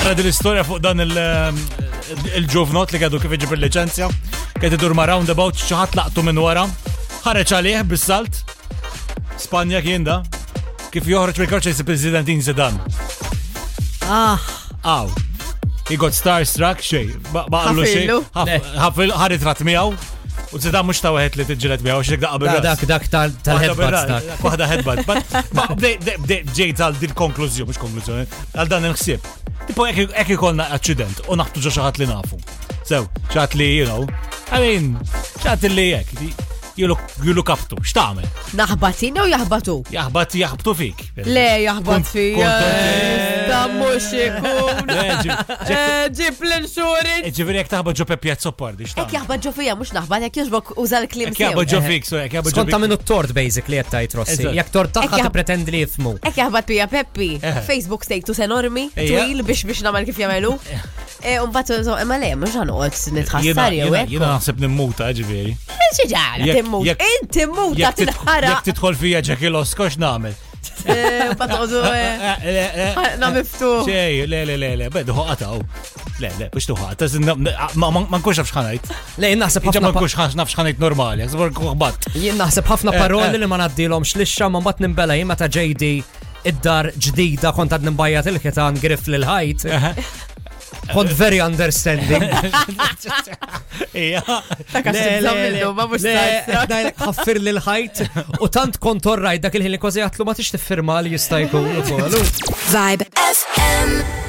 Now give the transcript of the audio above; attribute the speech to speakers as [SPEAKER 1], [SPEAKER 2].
[SPEAKER 1] naqra din l-istorja fuq dan il-ġovnot li għadu kif iġib il-licenzja. Kħed idur ma roundabout xaħat laqtu minn wara. ħareċ għalih bis-salt. Spanja kien da. Kif joħroġ mill-karċa jisib il-Zidantin Zidan.
[SPEAKER 2] Ah,
[SPEAKER 1] Aw. He got starstruck xej. Baqallu xej.
[SPEAKER 2] Ħafillu.
[SPEAKER 1] Ħafil ħarit rat miegħu. U zidan mux ta' wieħed li tiġġilet miegħu xek daqqa bil-ras.
[SPEAKER 3] Dak, dak tal- tal-headbutts dak.
[SPEAKER 1] Waħda headbutt. but- ma bdej- bdej- bdej- Bdejt għal din konklużjoni, mux konklużjoni, għal dan il-ħsieb. Tipo ek ek ikolna accident u naħtu ġo xaħat li nafu. So, xaħat li, you know, I mean, xaħat li jek, you look, you look up to, xtaħme,
[SPEAKER 2] naħbatina u jahbatu.
[SPEAKER 1] jahbat jahbtu fik.
[SPEAKER 2] Le, jahbat
[SPEAKER 1] Kont-
[SPEAKER 2] fija.
[SPEAKER 1] kontent.
[SPEAKER 2] Da mux ikun.
[SPEAKER 1] Le, ġi- ġi-
[SPEAKER 2] Eh, Ġib l-insurance.
[SPEAKER 1] Ġiviri jek taħba ġo pepjazzo pardi,
[SPEAKER 2] Ek
[SPEAKER 1] xtaħme.
[SPEAKER 2] jahbat ġo fija, mux naħbat, ek jizbok uża l-klim
[SPEAKER 1] Ek jahba
[SPEAKER 2] tiegħu.
[SPEAKER 1] ġo fik, so ek jahba ġo
[SPEAKER 3] Skont ta'
[SPEAKER 1] fik.
[SPEAKER 3] minnu t-tort basically jett tajt Rossi.
[SPEAKER 1] Eżatt.
[SPEAKER 3] Jek tort
[SPEAKER 2] Ek
[SPEAKER 3] taħħa
[SPEAKER 2] jab-
[SPEAKER 3] t-pretend li jifmu.
[SPEAKER 2] Ek jahbat pija Peppi.
[SPEAKER 1] Eh.
[SPEAKER 2] Facebook status enormi,
[SPEAKER 1] Ejja.
[SPEAKER 2] twil biex biex namal kif jamelu. Unbat, ma le, mux għanqot
[SPEAKER 1] Jena,
[SPEAKER 2] nitħassar jew
[SPEAKER 1] jena,
[SPEAKER 2] hekk.
[SPEAKER 1] jena naħseb nimmuta, ġiviri.
[SPEAKER 2] Ġiġara,
[SPEAKER 1] Jekk-
[SPEAKER 2] timmut.
[SPEAKER 1] jekk-
[SPEAKER 2] Inti muta
[SPEAKER 1] Jek
[SPEAKER 2] tinħara.
[SPEAKER 1] titħol fija ġekil osko, xnaħme.
[SPEAKER 2] Unbat, għodu.
[SPEAKER 1] Eh,
[SPEAKER 2] Na miftuħ.
[SPEAKER 1] Xej, le, le, le, le, bed hoqataw. Le, le, biex tuħata, ma ma nkunx nafx ħanajt.
[SPEAKER 3] Le, jien naħseb
[SPEAKER 1] Iġa
[SPEAKER 3] ħafna
[SPEAKER 1] ma
[SPEAKER 3] pa-
[SPEAKER 1] nkunx nafx ħanajt normali, għazbor kuħbat.
[SPEAKER 3] jien naħseb ħafna
[SPEAKER 1] Eh, eh.
[SPEAKER 3] paroli li ma naddilhom xlixxa ma mbagħad nimbela jien meta ġejdi id-dar ġdida kont għad nimbajjat il-ħitan grif lil ħajt. Kont very understanding.
[SPEAKER 1] Ija,
[SPEAKER 2] Ta' kassi zamillu, ma mux ta'
[SPEAKER 3] Dajlek ħaffir lil ħajt u tant kont orrajt dak il-ħin li kważi għatlu ma tix tiffirma li jista' jkun. u kollu.
[SPEAKER 4] Vibe FM.